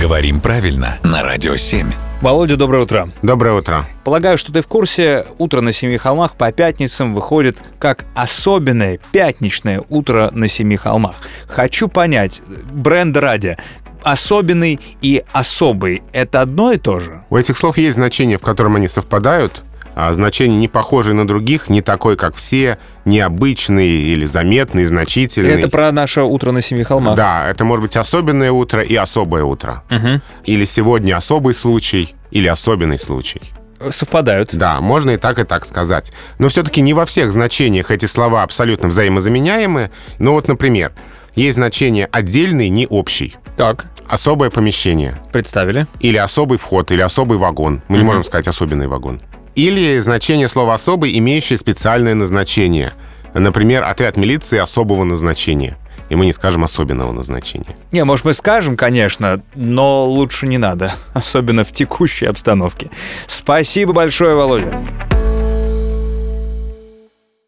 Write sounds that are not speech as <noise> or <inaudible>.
Говорим правильно на Радио 7. Володя, доброе утро. Доброе утро. Полагаю, что ты в курсе, утро на Семи холмах по пятницам выходит как особенное пятничное утро на Семи холмах. Хочу понять, бренд ради, особенный и особый – это одно и то же? У этих слов есть значение, в котором они совпадают, а значение не похожее на других, не такой, как все, необычный или заметный, значительный. Это про наше утро на Семи холмах. Да, это может быть особенное утро и особое утро. Или сегодня особый случай, или особенный случай. Совпадают. Да, можно и так, и так сказать. Но все-таки не во всех значениях эти слова абсолютно взаимозаменяемы. Ну вот, например, есть значение отдельный, не общий. Так, Особое помещение. представили. Или особый вход, или особый вагон. Мы не можем сказать особенный вагон. Или значение слова «особый», имеющее специальное назначение. Например, отряд милиции особого назначения. И мы не скажем особенного назначения. Не, может, мы скажем, конечно, <laughs> но лучше не надо, особенно в текущей обстановке. Спасибо большое, Володя.